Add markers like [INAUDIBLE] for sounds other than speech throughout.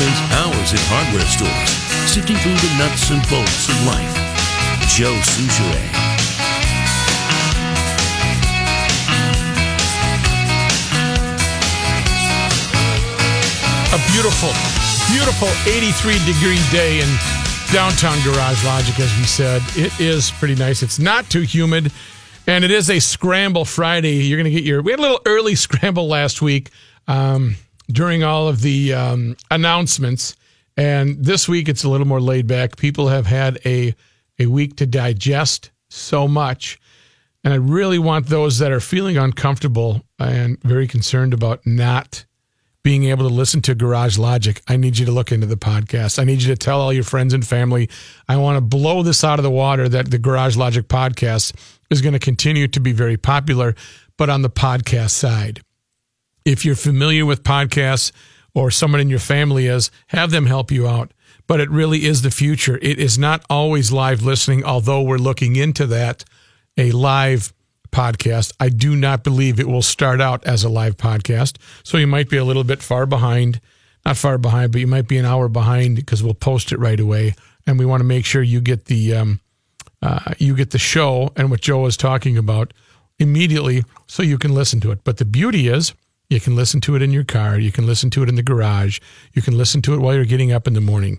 stores and hardware stores, sifting through the nuts and bolts of life. Joe Souchere. A beautiful, beautiful 83 degree day in downtown Garage Logic, as we said. It is pretty nice. It's not too humid, and it is a scramble Friday. You're going to get your. We had a little early [LAUGHS] scramble last week um, during all of the um, announcements, and this week it's a little more laid back. People have had a a week to digest so much. And I really want those that are feeling uncomfortable and very concerned about not being able to listen to Garage Logic. I need you to look into the podcast. I need you to tell all your friends and family. I want to blow this out of the water that the Garage Logic podcast is going to continue to be very popular, but on the podcast side if you're familiar with podcasts or someone in your family is, have them help you out. But it really is the future. It is not always live listening, although we're looking into that, a live podcast. I do not believe it will start out as a live podcast. So you might be a little bit far behind, not far behind, but you might be an hour behind because we'll post it right away. And we want to make sure you get the, um, uh, you get the show and what Joe is talking about immediately so you can listen to it. But the beauty is you can listen to it in your car, you can listen to it in the garage, you can listen to it while you're getting up in the morning.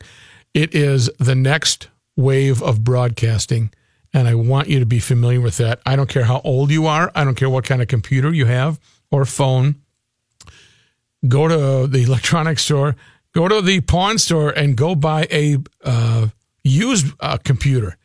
It is the next wave of broadcasting. And I want you to be familiar with that. I don't care how old you are. I don't care what kind of computer you have or phone go to the electronics store, go to the pawn store, and go buy a uh, used uh, computer.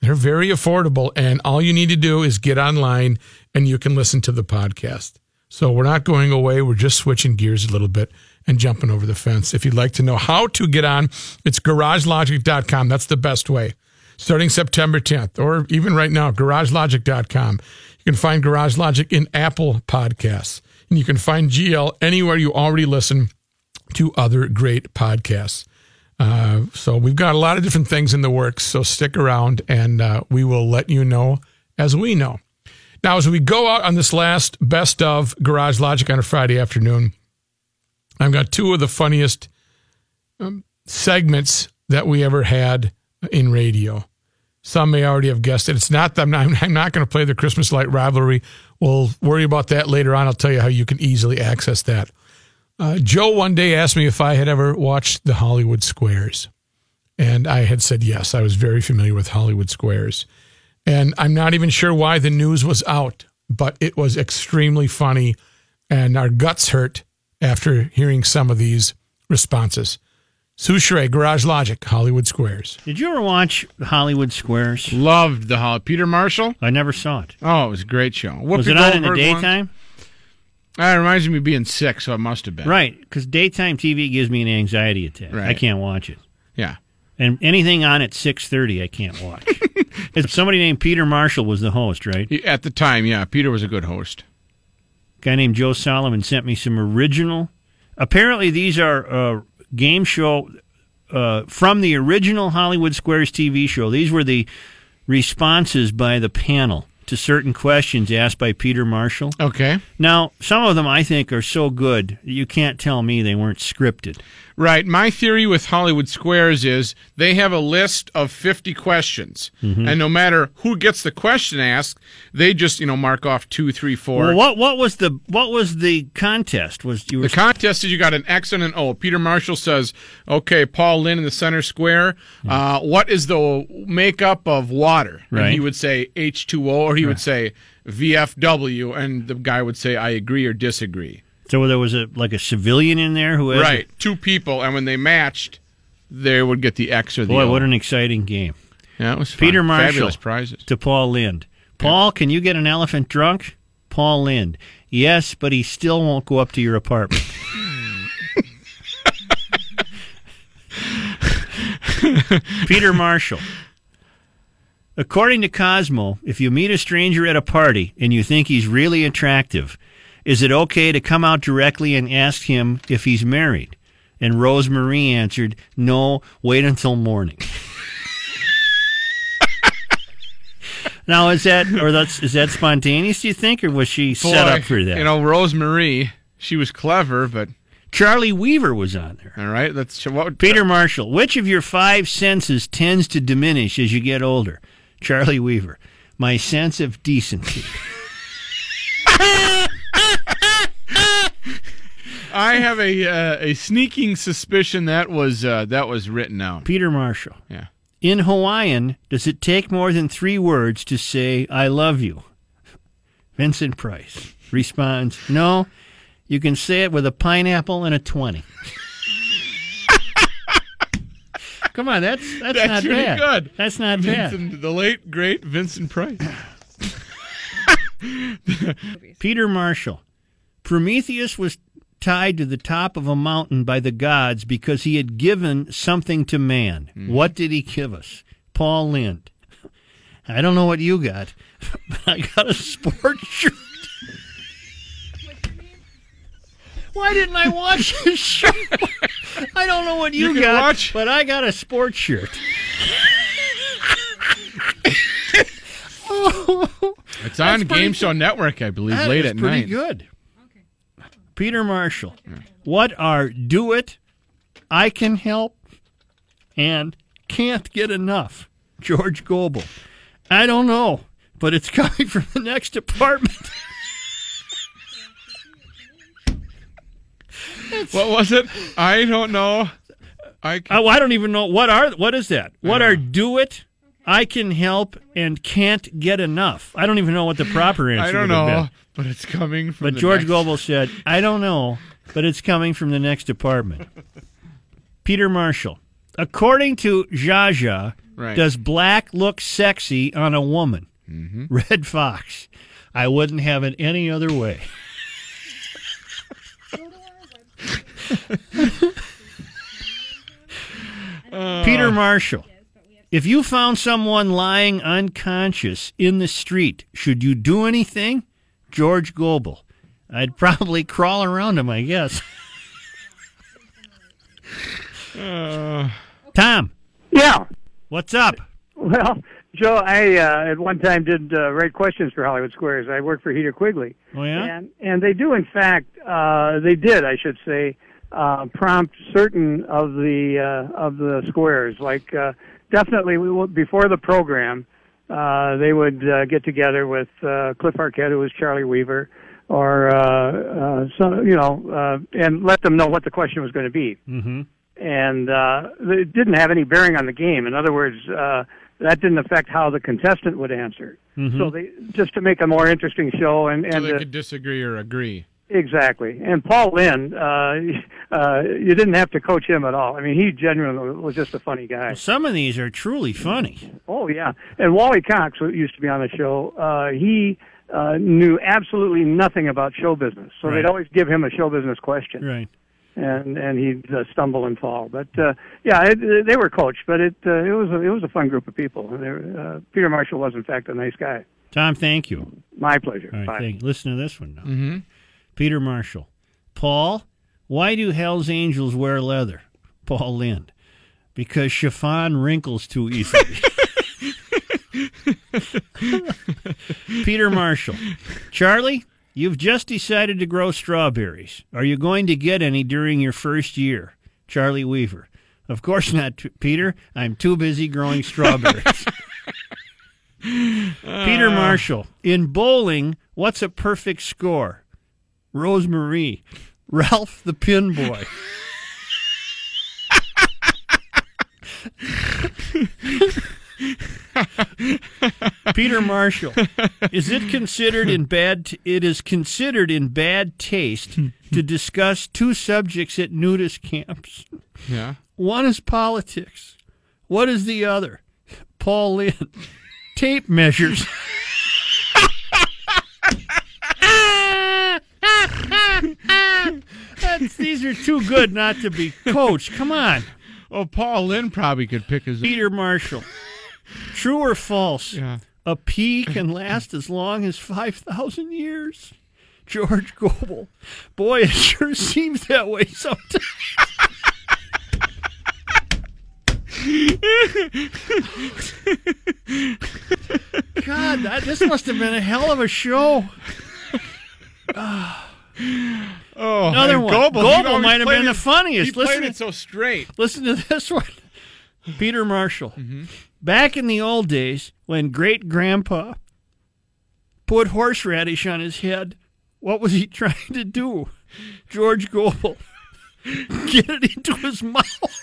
They're very affordable, and all you need to do is get online and you can listen to the podcast. So we're not going away. We're just switching gears a little bit and jumping over the fence. If you'd like to know how to get on, it's garagelogic.com. That's the best way. Starting September 10th, or even right now, garagelogic.com. You can find Garage Logic in Apple Podcasts, and you can find GL anywhere you already listen to other great podcasts. Uh, so we've got a lot of different things in the works. So stick around, and uh, we will let you know as we know. Now, as we go out on this last best of Garage Logic on a Friday afternoon, I've got two of the funniest um, segments that we ever had in radio. Some may already have guessed it. It's not. I'm not, [LAUGHS] I'm not going to play the Christmas light rivalry. We'll worry about that later on. I'll tell you how you can easily access that. Uh, Joe one day asked me if I had ever watched the Hollywood Squares. And I had said yes. I was very familiar with Hollywood Squares. And I'm not even sure why the news was out, but it was extremely funny. And our guts hurt after hearing some of these responses. Souchere, Garage Logic, Hollywood Squares. Did you ever watch Hollywood Squares? Loved the Holly. Peter Marshall. I never saw it. Oh, it was a great show. Whoopi Was it on in the Goldberg won. daytime? Ah, it reminds me of being sick, so it must have been. Right, because daytime TV gives me an anxiety attack. I Right. can't watch it, Yeah. and anything on at six thirty, I can't [LAUGHS] watch. It's somebody named Peter Marshall was the host, right? He- At the time, yeah, Peter was a good host. guy named Joe Solomon sent me some original. Apparently, these are uh, game show uh, from the original Hollywood Squares TV show. These were the responses by the panel to certain questions asked by Peter Marshall. Okay. Now, some of them I think are so good that you can't tell me they weren't scripted. Right. My theory with Hollywood Squares is they have a list of 50 questions. Mm-hmm. And no matter who gets the question asked, they just, you know, mark off two, three, four. Well, what what was the what was the contest? Was you were The contest is you got an X and an O. Peter Marshall says, okay, Paul Lynn in the center square, uh, what is the makeup of water? Right. And he would say H2O, or he would say VFW, and the guy would say, I agree or disagree. so there was a like a civilian in there who had Right. Two people, and when they matched, they would get the X or the Boy, O. what an exciting game! yeah, it was fun. Peter Marshall Fabulous prizes. to Paul Lind. Paul, can you get an elephant drunk? Paul Lind. Yes, but he still won't go up to your [LAUGHS] apartment. Peter Marshall. According to Cosmo, if you meet a stranger at a party and you think he's really attractive, is it okay to come out directly and ask him if he's married? And Rose Marie answered, No, wait until morning. Now is that or that's is that spontaneous? Do you think, or was she set Boy, up for that? You know, Rosemarie, she was clever, but Charlie Weaver was on there. All right, let's what would Peter Marshall, which of your five senses tends to diminish as you get older? Charlie Weaver, my sense of decency. [LAUGHS] [LAUGHS] I have a uh, a sneaking suspicion that was uh, that was written out. Peter Marshall, Yeah. in Hawaiian, does it take more than three words to say, I love you? Vincent Price responds, No, you can say it with a pineapple and a 20. [LAUGHS] Come on, that's that's, That's not pretty bad. good. That's not bad. Vincent, the late great Vincent Price. Peter Marshall. Prometheus was tied to the top of a mountain by the gods because he had given something to man. Hmm. What did he give us? Paul Lind. I don't know what you got, [LAUGHS] but I got a sports [LAUGHS] shirt. Why didn't I watch this [LAUGHS] show? I don't know what you, You can got, watch- but I got a sports [LAUGHS] shirt. [LAUGHS] Oh, It's on Game Show Network, I believe, That late is at pretty night. good. Peter Marshall. What are do it, I can help, and can't get enough? George Goebel. I don't know, but it's [LAUGHS] coming from the next department. What was it? I don't know. I can, oh, I don't even know what are what is that? What are do it, I can help, and can't get enough? I don't even know what the proper answer. [LAUGHS] I don't would have been. know, but it's coming [LAUGHS] from. But the George next- Goebel said, I don't know, but it's coming from the next [LAUGHS] department. Peter Marshall. According to Zsa Zsa, Right. does black look sexy on a woman? Mm-hmm. [LAUGHS] Red Fox. I wouldn't have it any other way. Oh. Peter Marshall. If you found someone lying unconscious in the street, should you do anything? George Goebel. I'd probably crawl around him, I [LAUGHS] guess. Uh. Tom, Yeah. what's up? Well, Joe, I uh, at one time did uh, write questions for Hollywood Squares. I worked for Heater Quigley. Oh, yeah? And, and they do, in fact, uh, they did, I should say, uh, prompt certain of the uh, of the squares. Like uh, definitely we will, before the program, uh, they would uh, get together with uh, Cliff Arquette, who was Charlie Weaver, or uh, uh, some, you know, uh, and let them know what the question was going to be Mm-hmm. and uh, it didn't have any bearing on the game. In other words, uh, that didn't affect how the contestant would answer. Mm-hmm. So they just to make a more interesting show and So and they uh, could disagree or agree. exactly. And Paul Lynn, uh, [LAUGHS] uh, you didn't have to coach him at all. I mean, he genuinely was just a funny guy. Some of these are truly funny. Oh yeah, and Wally Cox, who used to be on the show, uh, he uh, knew absolutely nothing about show business. So Right. they'd always give him a show business question. Right. and and he'd uh, stumble and fall. But uh, yeah, it, it- they were coached, but it uh, it was a, it was a fun group of people. And they were, uh, Peter Marshall was in fact a nice guy. Tom, thank you. My pleasure. All right, Bye. thank you. Listen to this one now. Peter Marshall. Paul, why do Hell's Angels wear leather? Paul Lind. Because chiffon wrinkles too easily. Peter Marshall. Charlie, you've just decided to grow strawberries. Are you going to get any during your first year? Charlie Weaver. Of course not, T- Peter. I'm too busy growing strawberries. Uh. Peter [LAUGHS] Marshall. [LAUGHS] In bowling, what's a perfect score? Rosemarie. Ralph the Pin Boy. Peter Marshall. Is it considered in bad t- it is considered in bad taste to discuss two subjects at nudist camps? Yeah. One is politics. What is the other? Paul Lynn. Tape measures. [LAUGHS] That's, these are too good not to be coached. Come on. Oh, Paul Lynn probably could pick his. Peter Marshall. True or false? Yeah. A pea can last as long as 5,000 years. George Goebel. Boy, it sure seems that way [LAUGHS] sometimes. God, [SIGHS] that, this must have been a hell of a show. Oh, Another and one. Goebel, he Goebel always might have played been it- the funniest. He played Listen to- it so [LAUGHS] straight. Listen to this one. [LAUGHS] Peter Marshall. Mm-hmm. Back in the old days, when great grandpa put horseradish on his head, what was he [LAUGHS] trying to do? George Goebel. [LAUGHS] Get it into his mouth.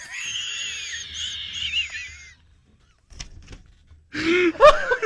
[LAUGHS]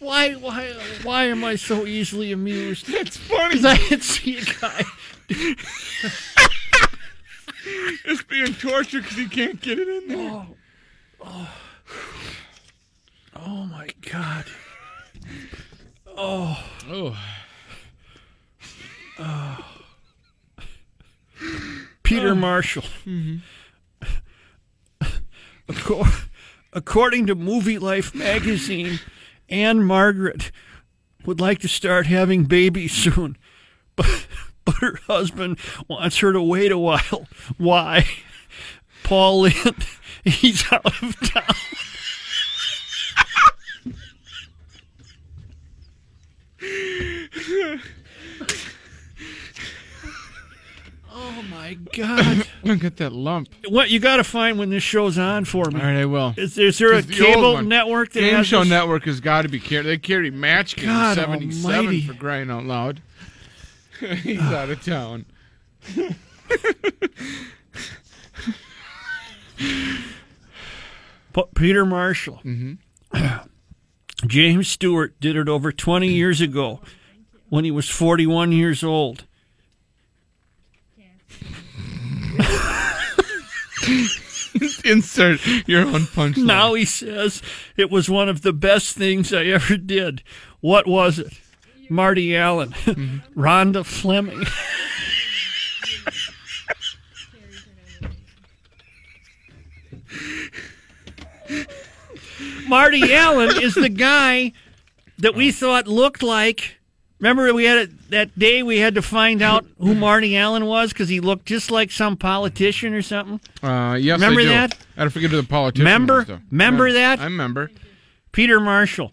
Why, why, why am I so easily amused? It's [LAUGHS] funny. 'Cause I didn't see a guy. It's being tortured because he can't get it in there. Oh my god. Oh, Oh. Peter Marshall. Mm-hmm. [LAUGHS] Acco- According to Movie Life magazine, Anne Margaret would like to start having babies soon, [LAUGHS] but, but her husband wants her to wait a while. Why? Paul Lind, [LAUGHS] he's out of town. Oh my God. I'm gonna get that lump. What you got to find when this show's on for me? All right, I will. Is, there- is there a It's the old cable one. network that Game has Show this? Network has got to be carrying. They carry Match Game God '77 almighty. for crying out loud. [LAUGHS] He's out of town. P- Peter Marshall. James Stewart did it over 20 years ago when he was 41 years old. [LAUGHS] Insert your own punchline. Now he says it was one of the best things I ever did. What was it? Marty Allen, Mm-hmm. Rhonda Fleming. [LAUGHS] Marty Allen is the guy that we thought looked like. Remember, we had a, that day we had to find out who Marty Allen was because he looked just like some politician or something. Uh, yes, Remember I do. that? I don't forget who the politician. Remember- was, though. remember Yeah, that? I remember. Peter Marshall.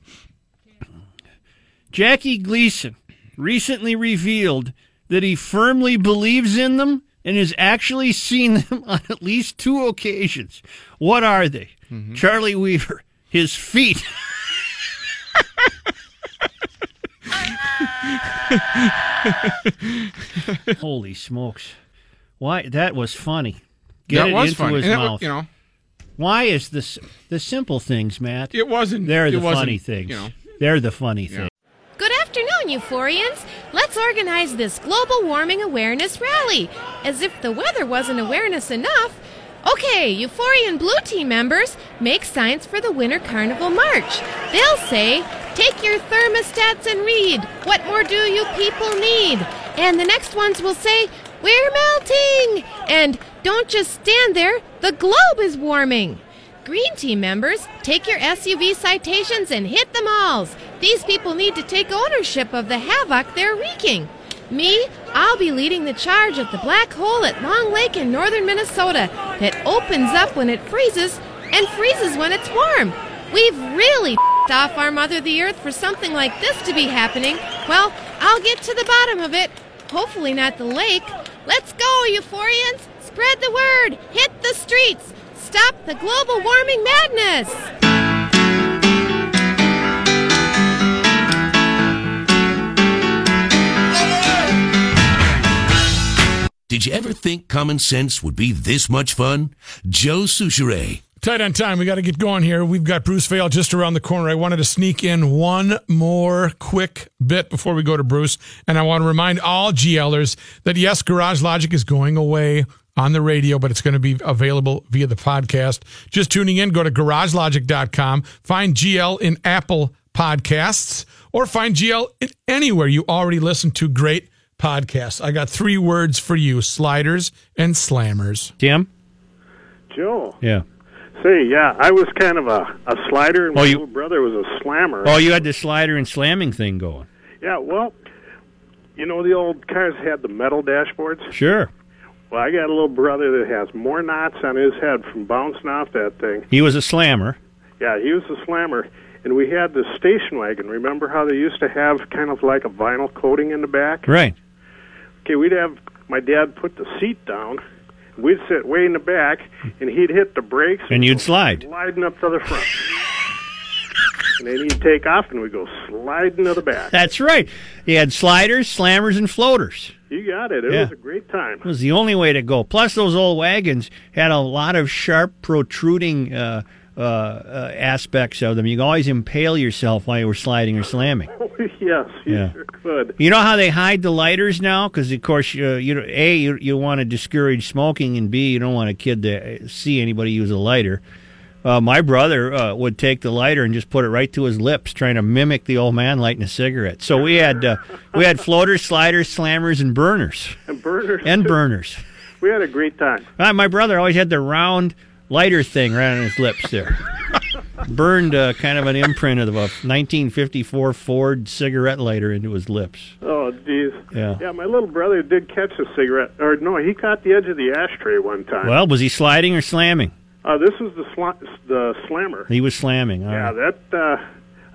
Jackie Gleason recently revealed that he firmly believes in them and has actually seen them [LAUGHS] on at least two occasions. What are they? Mm-hmm. Charlie Weaver, his feet. [LAUGHS] Holy smokes. Why that was funny. Get that it was into fun. his And that wa- mouth. you know, Why is this the simple things, Matt? it wasn't. They're it the wasn't, funny things. You know, They're the funny Yeah. things. Good afternoon, euphorians. Let's organize this global warming awareness rally. As if the weather wasn't awareness enough. Okay, euphorian blue team members, make signs for the Winter Carnival March. They'll say, Take your thermostats and read. What more do you people need? And the next ones will say, We're melting! And don't just stand there, the globe is warming. Green team members, take your SUV citations and hit the malls. These people need to take ownership of the havoc they're wreaking. Me, I'll be leading the charge at the black hole at Long Lake in northern Minnesota that opens up when it freezes and freezes when it's warm. We've really [LAUGHS] off our mother the earth for something like this to be happening. Well, I'll get to the bottom of it. Hopefully not the lake. Let's go, euphorians! Spread the word! Hit the streets! Stop the global warming madness! Did you ever think common sense would be this much fun? Joe Souchere. Tight on time. We got to get going here. We've got Bruce Vail just around the corner. I wanted to sneak in one more quick bit before we go to Bruce. And I want to remind all GLers that yes, Garage Logic is going away on the radio, but it's going to be available via the podcast. Just tuning in, go to garagelogic.com, find GL in Apple Podcasts, or find GL in anywhere you already listen to great podcasts. I got three words for you sliders and slammers. Tim? Joe, Yeah. say, yeah, I was kind of a, a slider, and my Oh, you- little brother was a slammer. Oh, you had the slider and slamming thing going. Yeah, well, you know, the old cars had the metal dashboards. Sure. Well, I got a little brother that has more knots on his head from bouncing off that thing. He was a slammer. Yeah, he was a slammer. And we had the station wagon. Remember how they used to have kind of like a vinyl coating in the back? Right. Okay, we'd have my dad put the seat down. We'd sit way in the back, and he'd hit the brakes. And you'd slide. sliding up to the [LAUGHS] front. and then he'd take off, and we'd go sliding to the back. That's right. You had sliders, slammers, and floaters. You got it. It Yeah. was a great time. [LAUGHS] It was the only way to go. Plus, those old wagons had a lot of sharp, protruding uh, uh, uh, aspects of them. You could always impale yourself while you were sliding or slamming. Oh, yes, you Yeah. sure could. You know how they hide the lighters now? Because of course, uh, you know, a you, you want to discourage smoking, and b you don't want a kid to uh, see anybody use a lighter. Uh, my brother uh, would take the lighter and just put it right to his lips, trying to mimic the old man lighting a cigarette. So we had uh, we had floaters, sliders, slammers, and burners, And burners. and burners. we had a great time. Uh, my brother always had the round lighter thing right on his lips there. Burned uh, kind of an imprint of a 1954 Ford cigarette lighter into his lips. Oh, geez. Yeah. Yeah, my little brother did catch a cigarette, or no, he caught the edge of the ashtray one time. Well, was he sliding or slamming? uh, this was the sl- the slammer. He was slamming. all Yeah, right. that. Uh,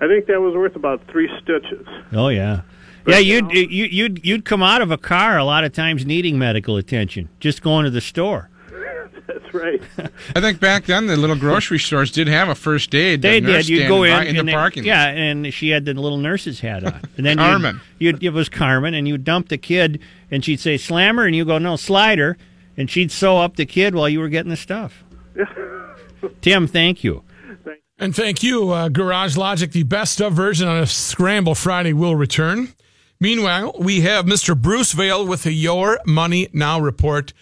I think that was worth about three stitches. Oh yeah. Yeah, you'd you, you'd you'd come out of a car a lot of times needing medical attention, just going to the store. [LAUGHS] That's right. I think back then the little grocery stores did have a first [LAUGHS] aid. They the nurse did. You'd standing go in by in the and they- parking. lot. Yeah, and she had the little nurse's hat on. And [LAUGHS] then Carmen. You'd, you'd, it was Carmen, and you dump the kid, and she'd say slammer, and you go no slider, and she'd sew up the kid while you were getting the [LAUGHS] stuff. Tim, thank you. And thank you, uh, Garage Logic. The best of version on a Scramble Friday will return. Meanwhile, we have Mr. Bruce Vale with the Your Money Now report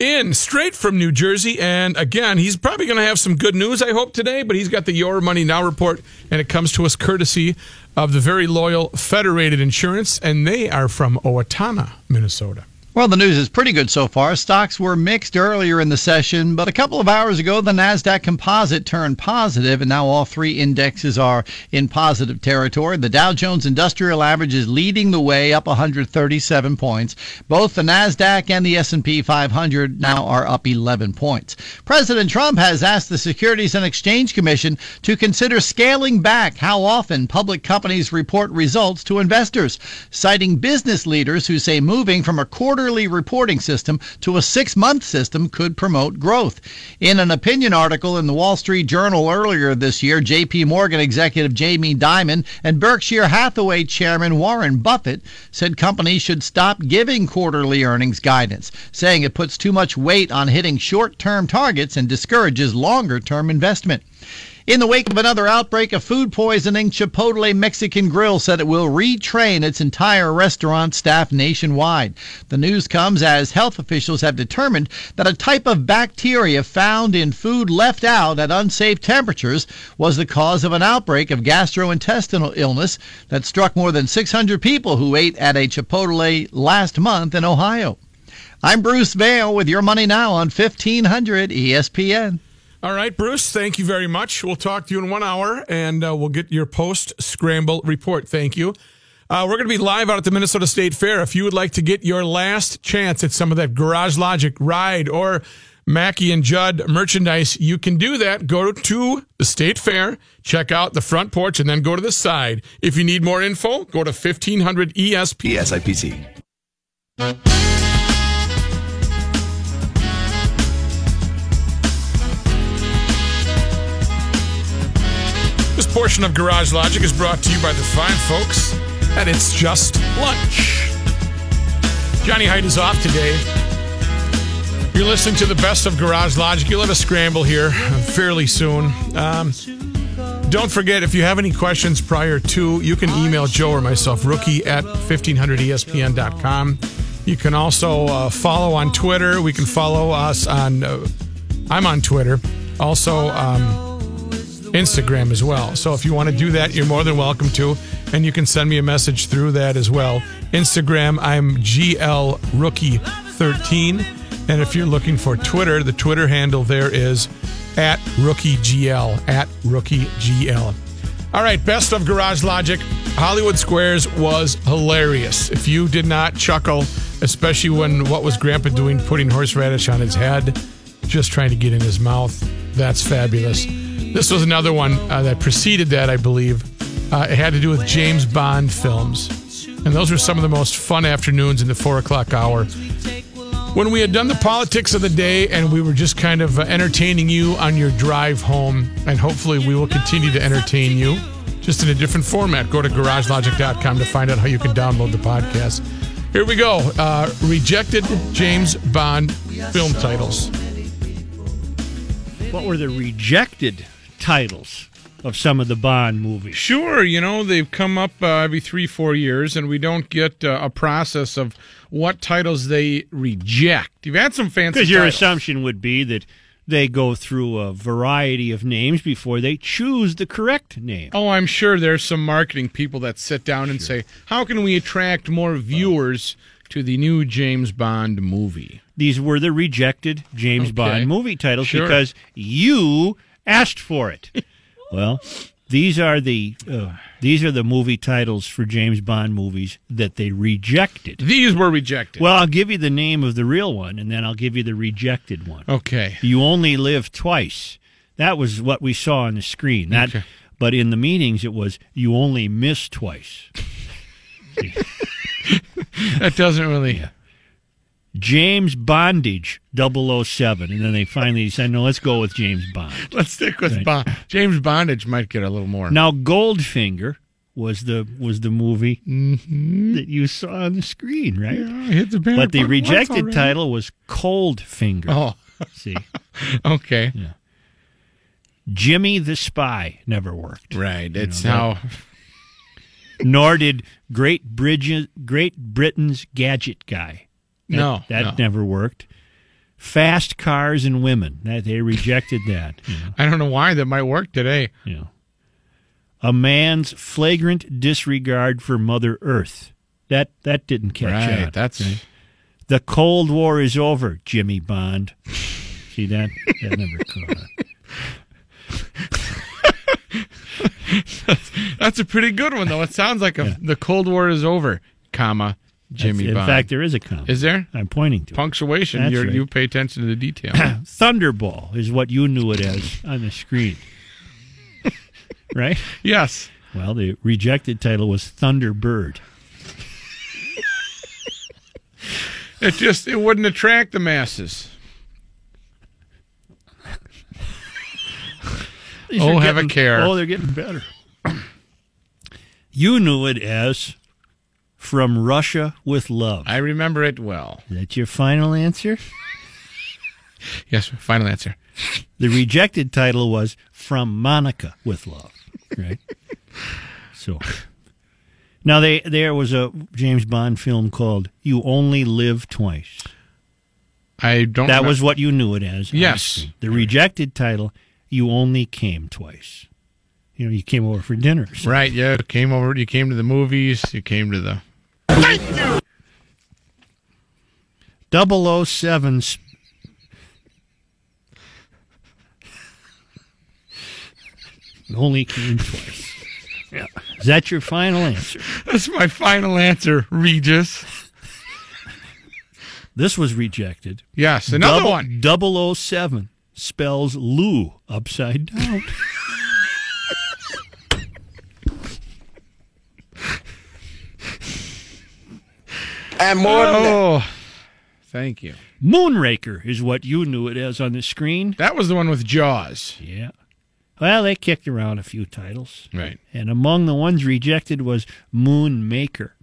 in straight from New Jersey. And again, he's probably going to have some good news, I hope, today, but he's got the Your Money Now report, and it comes to us courtesy of the very loyal Federated Insurance, and they are from Owatonna, Minnesota. Well, the news is pretty good so far. Stocks were mixed earlier in the session, but a couple of hours ago, the NASDAQ composite turned positive, and now all three indexes are in positive territory. The Dow Jones Industrial Average is leading the way up 137 points. Both the NASDAQ and the S&P 500 now are up 11 points. President Trump has asked the Securities and Exchange Commission to consider scaling back how often public companies report results to investors, citing business leaders who say moving from a quarterly reporting system to a six month system could promote growth. In an opinion article in the Wall Street Journal earlier this year, JP Morgan executive Jamie Dimon and Berkshire Hathaway chairman Warren Buffett said companies should stop giving quarterly earnings guidance, saying it puts too much weight on hitting short term targets and discourages longer term investment. In the wake of another outbreak of food poisoning, Chipotle Mexican Grill said it will retrain its entire restaurant staff nationwide. The news comes as health officials have determined that a type of bacteria found in food left out at unsafe temperatures was the cause of an outbreak of gastrointestinal illness that struck more than 600 people who ate at a Chipotle last month in Ohio. I'm Bruce Vail with your money now on E 1500 ESPN. All right, Bruce, thank you very much. We'll talk to you in one hour and uh, we'll get your post scramble report. Thank you. Uh, we're going to be live out at the Minnesota State Fair. If you would like to get your last chance at some of that Garage Logic ride or Mackey and Judd merchandise, you can do that. Go to the State Fair, check out the front porch, and then go to the side. If you need more info, go to E 1500 ESP. PSIPC. This portion of Garage Logic is brought to you by the fine folks and It's Just Lunch. Johnny Hyde is off today. You're listening to the best of Garage Logic. You'll have a scramble here fairly soon. Um, don't forget, if you have any questions E prior to, you can email Joe or myself, rookie at 1500ESPN.com. You can also uh, follow on Twitter. We can follow us on. Uh, I'm on Twitter, also um, Instagram as well. So if you want to do that, you're more than welcome to, and you can send me a message through that as well. Instagram, I'm GL Rookie 13, and if you're looking for Twitter, the Twitter handle there is at Rookie GL at Rookie GL. All right, best of Garage Logic. Hollywood Squares was hilarious. If you did not chuckle, especially when what was Grandpa doing, putting horseradish on his head, just trying to get in his mouth, that's fabulous. This was another one uh, that preceded that, I believe. Uh, it had to do with James Bond films. And those were some of the most fun afternoons in the four o'clock hour when we had done the politics of the day and we were just kind of uh, entertaining you on your drive home and hopefully we will continue to entertain you just in a different format go to garagelogic.com to find out how you can download the podcast here we go uh, rejected james bond film titles What were the rejected titles of some of the Bond movies? Sure, you know, they've come up uh, every three, four years, and we don't get uh, a process of what titles they reject. You've had some fancy Because your titles. assumption would be that they go through a variety of names before they choose the correct name. Oh, I'm sure there's some marketing people that sit down and say, how can we attract more viewers to the new James Bond movie? These were the rejected James Okay. Bond movie titles Sure. because you asked for [LAUGHS] it. well, these are the uh, these are the movie titles for James Bond movies that they rejected. These were rejected. Well, I'll give you the name of the real one, and then I'll give you the rejected one. okay. You only live twice. That was what we saw on the screen. That, but in the meetings, it was you only miss twice. [LAUGHS] That doesn't really. James Bondage 007. And then they finally said, no, let's go with James Bond. [LAUGHS] Let's stick with Bond. James Bondage might get a little more. Now, Goldfinger was the was the movie that you saw on the screen, right? Mm-hmm. Hit the banner But the button once rejected already. title was Cold Finger. Oh, See, [LAUGHS] okay. Jimmy the Spy never worked. Right. It's how. Nor did Great Bridges, Great Britain's Gadget Guy. That- No, that no. never worked. Fast Cars and Women. That they rejected that. you know, [LAUGHS] I don't know why that might work today. you know. A man's flagrant disregard for Mother Earth. That that didn't catch Right. on. That's The Cold War is over, Jimmy Bond. See that? That never caught on. [LAUGHS] that's a pretty good one though. It sounds like a, the Cold War is over, comma Jimmy In Bond. fact, there is a comment. is there I'm pointing to it. punctuation? That's You're, right. You pay attention to the [CLEARS THROAT] detail. [COUGHS] Thunderball is what you knew it as on the screen. right? yes. Well, the rejected title was Thunderbird. It just it wouldn't attract the masses. These Oh, are have a getting- care. Oh, they're getting better. you knew it as From Russia with Love. I remember it well. Is that your final answer? [LAUGHS] Yes. Final answer. The rejected title was From Monica with Love. Right? [LAUGHS] so. Now, they, there was a James Bond film called You Only Live Twice. I don't. That know- was what you knew it as. on Yes. the screen. The rejected title, You Only Came Twice. You know, you came over for dinner. or something. right. Yeah. Came over. You came to the movies. You came to the. 007 sp- Only came twice. Is that your final answer? That's my final answer, Regis. This was rejected. Yes. Another Double- one. 007 spells Lou upside down. Oh. Thank you. Moonraker is what you knew it as on the screen. That was the one with Jaws. Yeah. Well, they kicked around a few titles. Right. And among the ones rejected was Moon Maker.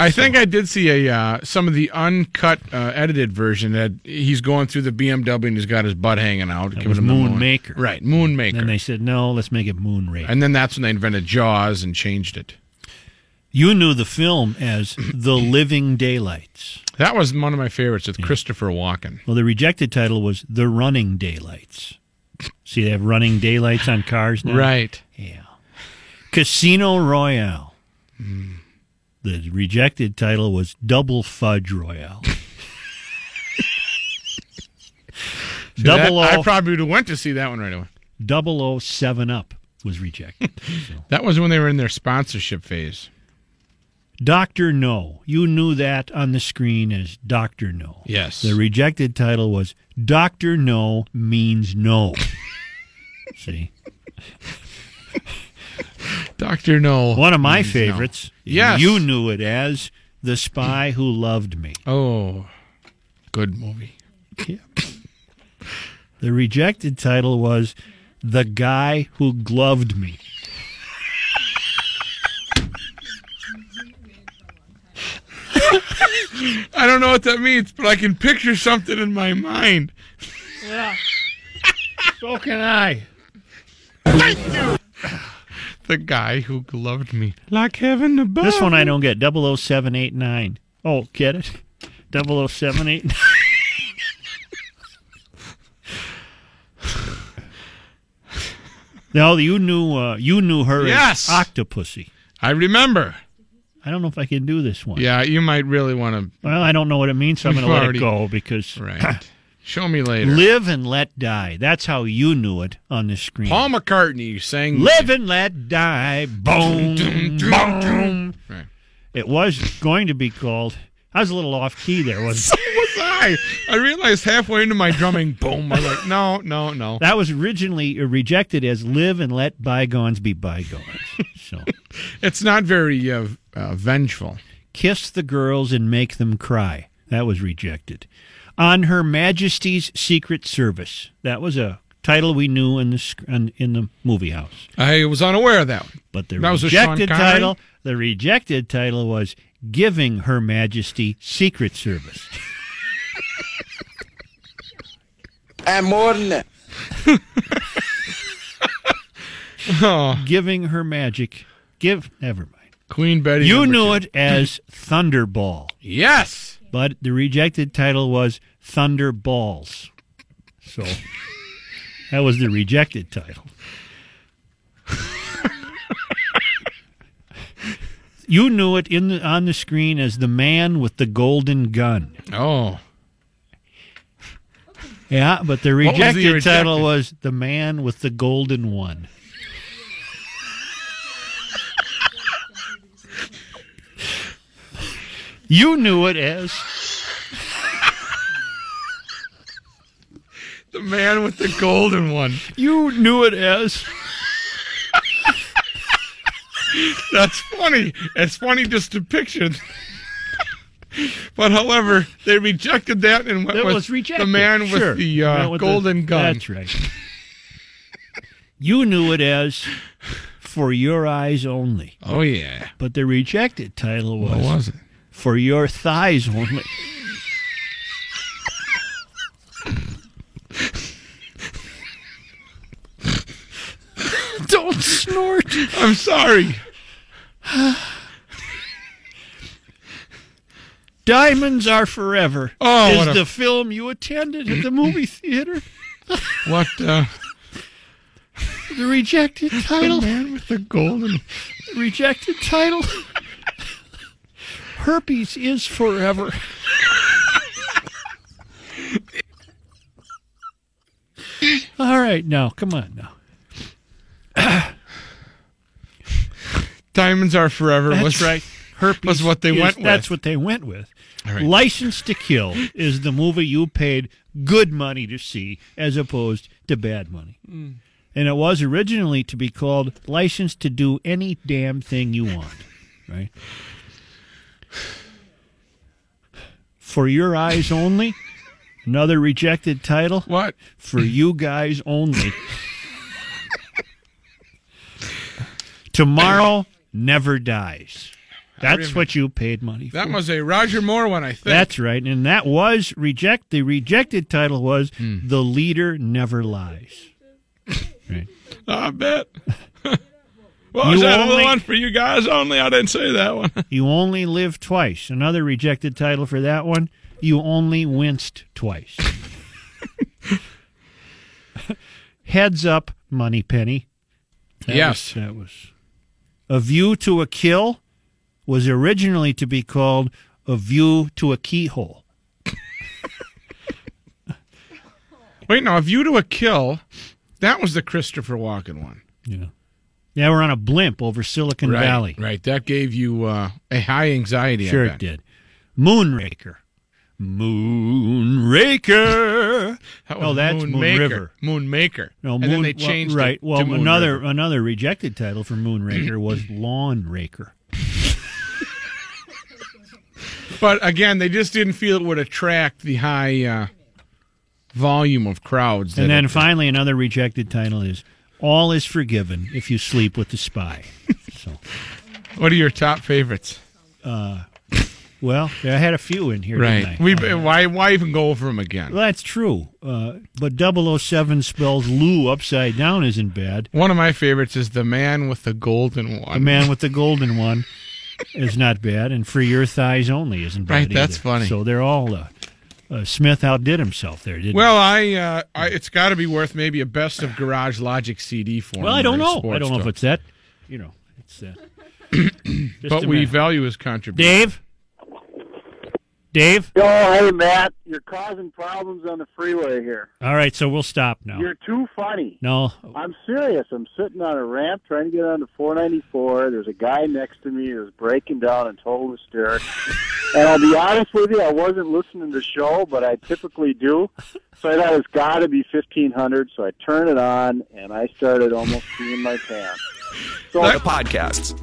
I think I did see a uh, some of the uncut, uh, edited version that he's going through the BMW and he's got his butt hanging out. giving was him the Moon Maker. Right, Moonmaker. And they said, no, let's make it Moonraker. and then that's when they invented Jaws and changed it. You knew the film [CLEARS THROAT] as The Living Daylights. That was one of my favorites with Christopher Walken. Well, the rejected title was The Running Daylights. See, they have running daylights on cars now. Right. Yeah. Casino Royale. Hmm. The rejected title was Double Fudge Royale. Double That- I O probably would have went to see that one right away. Double O Seven Up was [LAUGHS] rejected. That was when they were in their sponsorship phase. [LAUGHS] Doctor No. You knew that on the screen as Doctor No. Yes. The rejected title was Doctor No means [LAUGHS] no. See, Doctor No. one of my Means No. favorites. Yes. you knew it as The Spy Who Loved Me. Oh, good movie. The rejected title was The Guy Who Gloved Me. I don't know what that means, but I can picture something in my mind. So can I. [SIGHS] The guy who loved me like heaven above. This one I don't get. 00789. Oh, get it? 00789. [LAUGHS] No, you knew uh, you knew her Yes. as Octopussy. I remember. I don't know if I can do this one. Yeah, you might really want Well, I don't know what it means, so I'm going to We've let already- it go because to. [COUGHS] Right. Show me later. live and let die. That's how you knew it on the screen. Paul McCartney sang Live and let die. Boom. boom. Right. It was going to be called. I was a little off key there. Was [LAUGHS] So was I. I realized halfway into my [LAUGHS] drumming, boom. I'm like, no, no, no. that was originally rejected as "Live and Let Bygones Be Bygones." so, [LAUGHS] It's not very uh, uh, vengeful. "Kiss the Girls and Make Them Cry." That was rejected. On Her Majesty's Secret Service. That was a title we knew in the sc- in in the movie house. I was unaware of that one. But the That was with Sean rejected Connery? title, the rejected title was "Giving Her Majesty Secret Service." And more than that. [LAUGHS] Oh, giving her magic. Give never mind. Queen Betty. You number knew two. it as Thunderball, Yes. but the rejected title was Thunderballs. So that was the rejected title. you knew it in the, on the screen as the man with the golden gun. Oh, Yeah, but the What was the rejected, title rejected? was the man with the golden one. you knew it as the man with the golden one. you knew it as [LAUGHS] That's funny. It's funny just to picture. [LAUGHS] but however, they rejected that and went that with was rejected. the man with Sure. the uh, man with the- golden gun. That's right. you knew it as for your eyes only, Oh yeah. but the rejected title What was was it? for your thighs only. [LAUGHS] Don't snort. [SIGHS] I'm sorry. Diamonds are forever. Oh, is what a- the film you attended [CLEARS THROAT] at the movie theater? What? Uh, The rejected title. man with the golden. rejected title. Herpes is forever. All right, now come on now. Diamonds are forever. That's was right. Herpes was what they is- went with. That's what they went with. All right. License to Kill is the movie you paid good money to see, as opposed to bad money. Mm. And it was originally to be called License to Do Any Damn Thing You Want, right? For Your Eyes Only, another rejected title. What? For You Guys Only. Tomorrow Never Dies. That's what you paid money for. That was a Roger Moore one, I think. That's right. And that was reject the rejected title was Hmm. The Leader Never Lies. I bet. [LAUGHS] Well, is You that only- another one for you guys only? I didn't say that one. [LAUGHS] You only live twice. Another rejected title for that one. You only winced [LAUGHS] twice. Heads up, Money Penny. Yes. was- that was. A View to a Kill was originally to be called A View to a Keyhole. Wait, no, A View to a Kill, that was the Christopher Walken one. Yeah. Yeah, we're on a blimp over Silicon right, Valley. Right. That gave you uh, a high anxiety. I Sure bet. it did. Moonraker. Moonraker. That No, was Oh, that's Moon Oh, Maker. River. Moon Maker. No, and Moon, then they well, changed it right. Well, to Moon another River. another rejected title for [CLEARS THROAT] Moonraker was Lawn Raker. But again, they just didn't feel it would attract the high uh, volume of crowds. And that then it- finally, another rejected title is All is Forgiven if You Sleep with the Spy. so, what are your top favorites? Uh, well, I had a few in here, Right. didn't I? We Uh, why why even go over them again? [CLEARS THROAT] well, that's true. Uh, but 007 spells Lou upside down isn't bad. One of my favorites is the man with the golden The one. Man [LAUGHS] with the Golden One is not bad, and For Your Thighs Only isn't bad. Right, that's either. funny. So they're all. Uh, uh, Smith outdid himself there, didn't Well, I, uh, I it's got to be worth maybe a best of Garage Logic CD for. he? Well, I don't know. I don't know if it's that. You know, it's that. [COUGHS] Just But a we minute. value his contribution. Dave? Dave? Yo, hey Matt, you're causing problems on the freeway here. All right, so we'll stop now. You're too funny. no. I'm serious. I'm sitting on a ramp trying to get onto 494. There's a guy next to me who's breaking down and total [LAUGHS] hysterics. and I'll be honest with you, I wasn't listening to the show, but I typically do. So I thought it's got to be 1500. So I turn it on, and I started almost peeing my pants. So That- podcasts.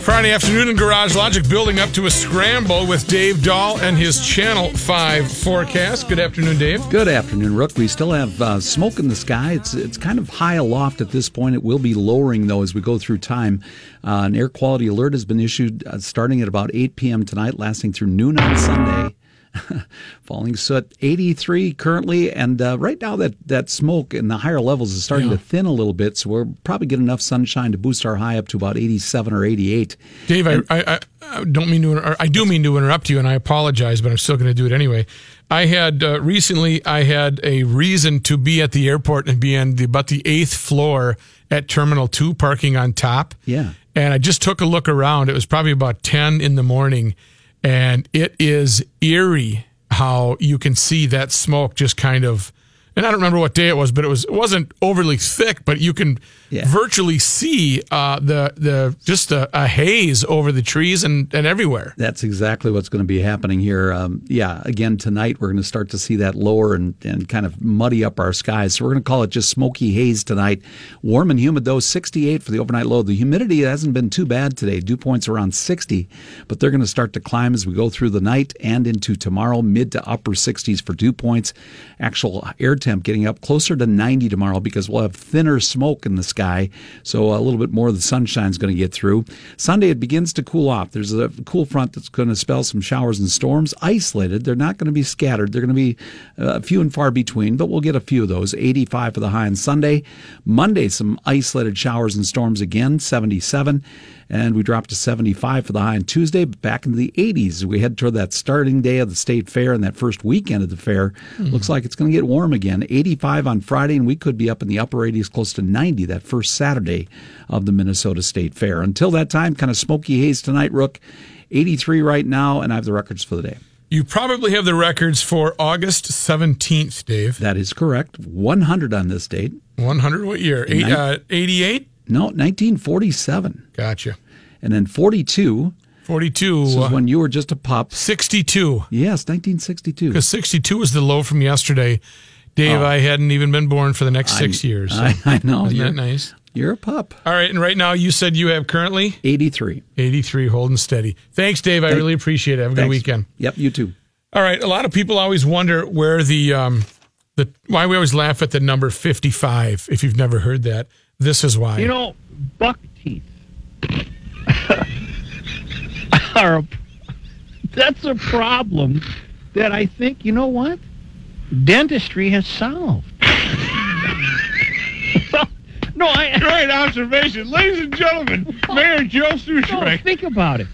Friday afternoon in Garage Logic, building up to a scramble with Dave Dahl and his Channel 5 forecast. Good afternoon, Dave. Good afternoon, Rook. We still have uh, smoke in the sky. It's it's kind of high aloft at this point. It will be lowering though as we go through time. Uh, an air quality alert has been issued uh, starting at about 8 p.m. tonight, lasting through noon on Sunday. [LAUGHS] Falling soot, 83 currently, and uh, right now that that smoke in the higher levels is starting to thin a little bit. So we'll probably get enough sunshine to boost our high up to about 87 or 88. Dave, I, I, I, I don't mean to. Inter- I do mean to interrupt you, and I apologize, but I'm still going to do it anyway. I had uh, recently. I had a reason to be at the airport and be on the, about the eighth floor at Terminal Two, parking on top. Yeah. And I just took a look around. It was probably about ten in the morning, and it is eerie how you can see that smoke just kind of. And I don't remember what day it was, but it was it wasn't overly thick, but you can Yeah. virtually see uh, the the just a, a haze over the trees and, and everywhere. That's exactly what's going to be happening here. Um, yeah, again, tonight we're going to start to see that lower and, and kind of muddy up our skies. So we're going to call it just smoky haze tonight. Warm and humid, though, 68 for the overnight low. The humidity hasn't been too bad today. Dew points around 60, but they're going to start to climb as we go through the night and into tomorrow, mid to upper 60s for dew points. Actual air temp getting up closer to 90 tomorrow because we'll have thinner smoke in the sky. So a little bit more of the sunshine's going to get through. Sunday, it begins to cool off. There's a cool front that's going to spell some showers and storms. Isolated, they're not going to be scattered. They're going to be uh, few and far between, but we'll get a few of those. 85 for the high on Sunday. Monday, some isolated showers and storms again, 77. And we drop to 75 for the high on Tuesday, but back into the 80s. We head toward that starting day of the state fair and that first weekend of the fair. Looks like it's going to get warm again. 85 on Friday, and we could be up in the upper 80s, close to 90 that first Saturday of the Minnesota State Fair. Until that time, kind of smoky haze tonight, Rook. 83 right now, and I have the records for the day. You probably have the records for August 17th, Dave. That is correct. 100 on this date. 100 what year? Eight, nine- uh, 88? No, 1947. Gotcha. And then 42 42. this uh, is when you were just a pup. 62. Yes, 1962. Because 62 was the low from yesterday. Dave, I hadn't even been born for the next six years. so Oh. I, I know. Isn't you're, that nice? you're a pup. All right. And right now, you said you have currently 83. 83 holding steady. Thanks, Dave. I really appreciate it. Have a good Thanks. weekend. Yep, you too. All right. A lot of people always wonder where the um the why we always laugh at the number fifty five. If you've never heard that, this is why. You know, buck [LAUGHS] teeth are a, that's a problem that I think, you know what? Dentistry has solved. [LAUGHS] no, I. [LAUGHS] Great observation, ladies and gentlemen. Mayor Joe No, Sushrek. think about it.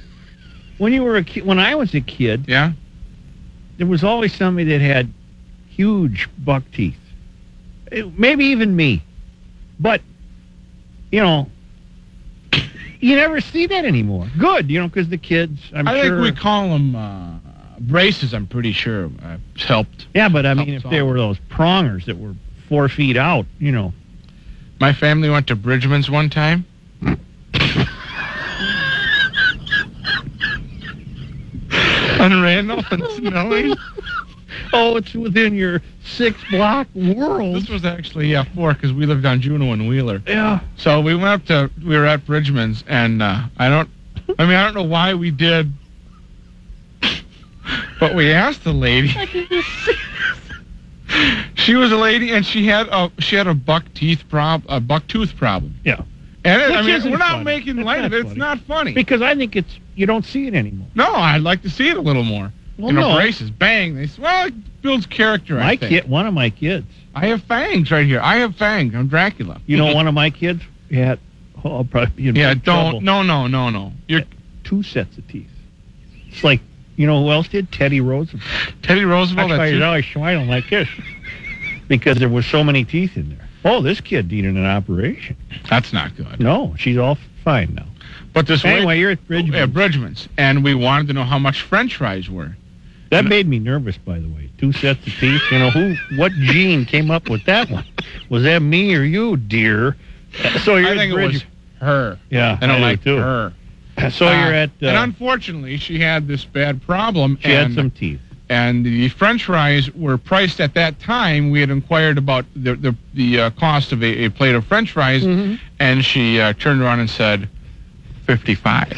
When you were a ki- when I was a kid, yeah, there was always somebody that had huge buck teeth. It- maybe even me, but you know, you never see that anymore. Good, you know, because the kids. I'm I sure. think we call them uh, braces. I'm pretty sure uh, helped. Yeah, but I mean, if Helps there all. were those prongers that were four feet out, you know. My family went to Bridgman's one [LAUGHS] time. on Randolph and Snowy. [LAUGHS] oh, it's within your six block world. This was actually yeah four because we lived on Juno and Wheeler. Yeah. So we went up to we were at Bridgman's and uh, I don't I mean I don't know why we did, but we asked the lady. She was a lady and she had a she had a buck teeth prob a buck tooth problem. Yeah. And it, Which I mean isn't we're not funny. making It's light not of it. It's funny. not funny. Because I think it's you don't see it anymore. No, I'd like to see it a little more. Well, you know, no. braces, bang. They s- well, it builds character. My I think. kid, one of my kids. I have fangs right here. I have fangs. I'm Dracula. You know, one of my kids had. Oh, I'll probably be in Yeah, big trouble. don't. No, no, no, no. You're two sets of teeth. It's like you know who else did? Teddy Roosevelt. Teddy Roosevelt. That's why that's he's it. always smiling like this, because there were so many teeth in there. Oh, this kid needed an operation. That's not good. No, she's all fine now. But this anyway, way, you're at Bridgman's. at Bridgman's, and we wanted to know how much French fries were. That made me nervous, by the way. Two sets of teeth. You know who? What gene came up with that one? Was that me or you, dear? So you're I at think it was Bridge- her. Yeah, I don't I do like too. her. [LAUGHS] So Uh, you're at. Uh, and unfortunately, she had this bad problem. she and had some teeth. and the French fries were priced at that time. We had inquired about the the, the uh, cost of a, a plate of French fries, Mm-hmm. and she uh, turned around and said, [LAUGHS] 55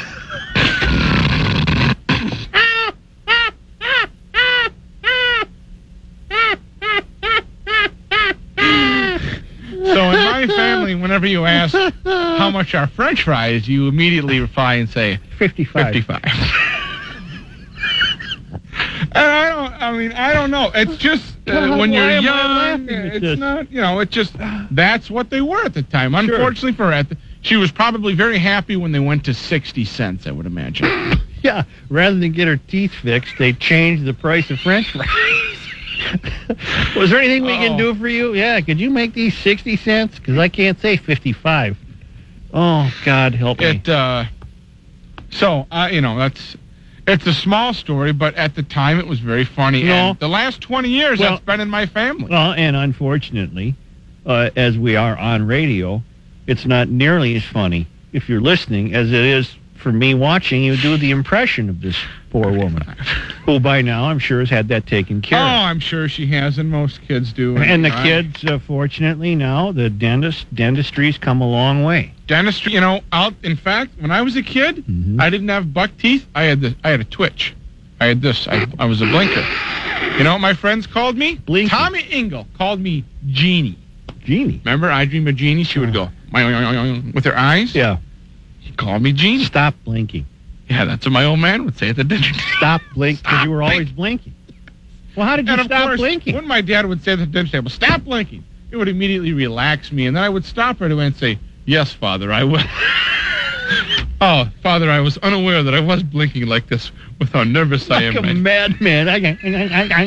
So in my family, whenever you ask how much are French fries, you immediately reply and say 55. 55. and I don't. I mean, I don't know. It's just uh, God, when why you're am I young, laughing at it's this? not. You know, it just that's what they were at the time. Unfortunately for her, at the, she was probably very happy when they went to 60 cents. I would imagine. [LAUGHS] Yeah. Rather than get her teeth fixed, they changed the price of French fries. [LAUGHS] Was there anything we Oh. can do for you? Yeah. Could you make these sixty cents? Because I can't say fifty-five. Oh God, help me. It. Uh, so uh, you know that's. It's a small story, but at the time it was very funny. No. And the last 20 years, Well- that's been in my family. Well, and unfortunately, uh, as we are on radio, it's not nearly as funny if you're listening as it is for me watching you do the impression of this poor woman, who by now I'm sure has had that taken care Oh, of. I'm sure she has, and most kids do. And the I- kids, uh, fortunately, now the dentist dentistry's come a long way. dentistry. You know, out. In fact, when I was a kid, Mm-hmm. I didn't have buck teeth. I had the, I had a twitch. I had this. I, I was a blinker. You know what my friends called me? Tommy Ingle called me Genie. Genie. Remember, I dream of Genie. She would go "Oing, oing, oing, oing," with her eyes. Yeah. He called me Genie. Stop blinking. Yeah, that's what my old man would say at the dentist. Stop blinking. Because you were always blinking. Well, how did you and of stop course, blinking? When my dad would say at the dentist table, "Stop blinking," it would immediately relax me, and then I would stop right away and say, "Yes, father, I will." [LAUGHS] oh, father, I was unaware that I was blinking like this with how nervous I am. like a right now." madman. I, I, I,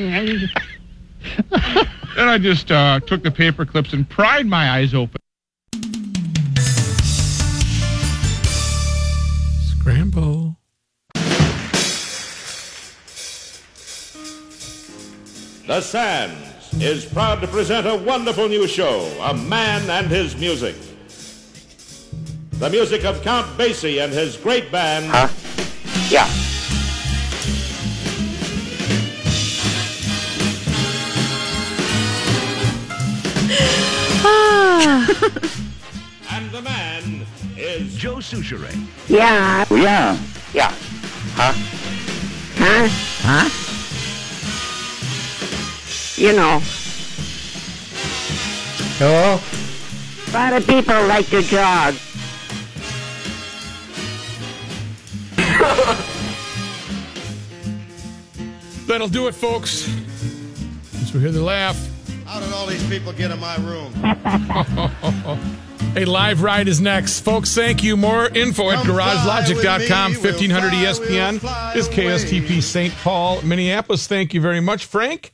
And I just uh, took the paper clips and pried my eyes open. Scramble. The Sands is proud to present a wonderful new show, A Man and His Music. The music of Count Basie and his great band. Huh? Yeah. And the man is Joe Souchere. Yeah. Yeah. Yeah. Huh? Huh? Huh? You know. Hello? A lot of people like to jog. [LAUGHS] That'll do it, folks. Since we hear the laugh. [LAUGHS] How did all these people get in my room? A live ride is next. Folks, thank you. More info at garagelogic.com, E 1500 ESPN. This is KSTP St. Paul, Minneapolis. Thank you very much, Frank.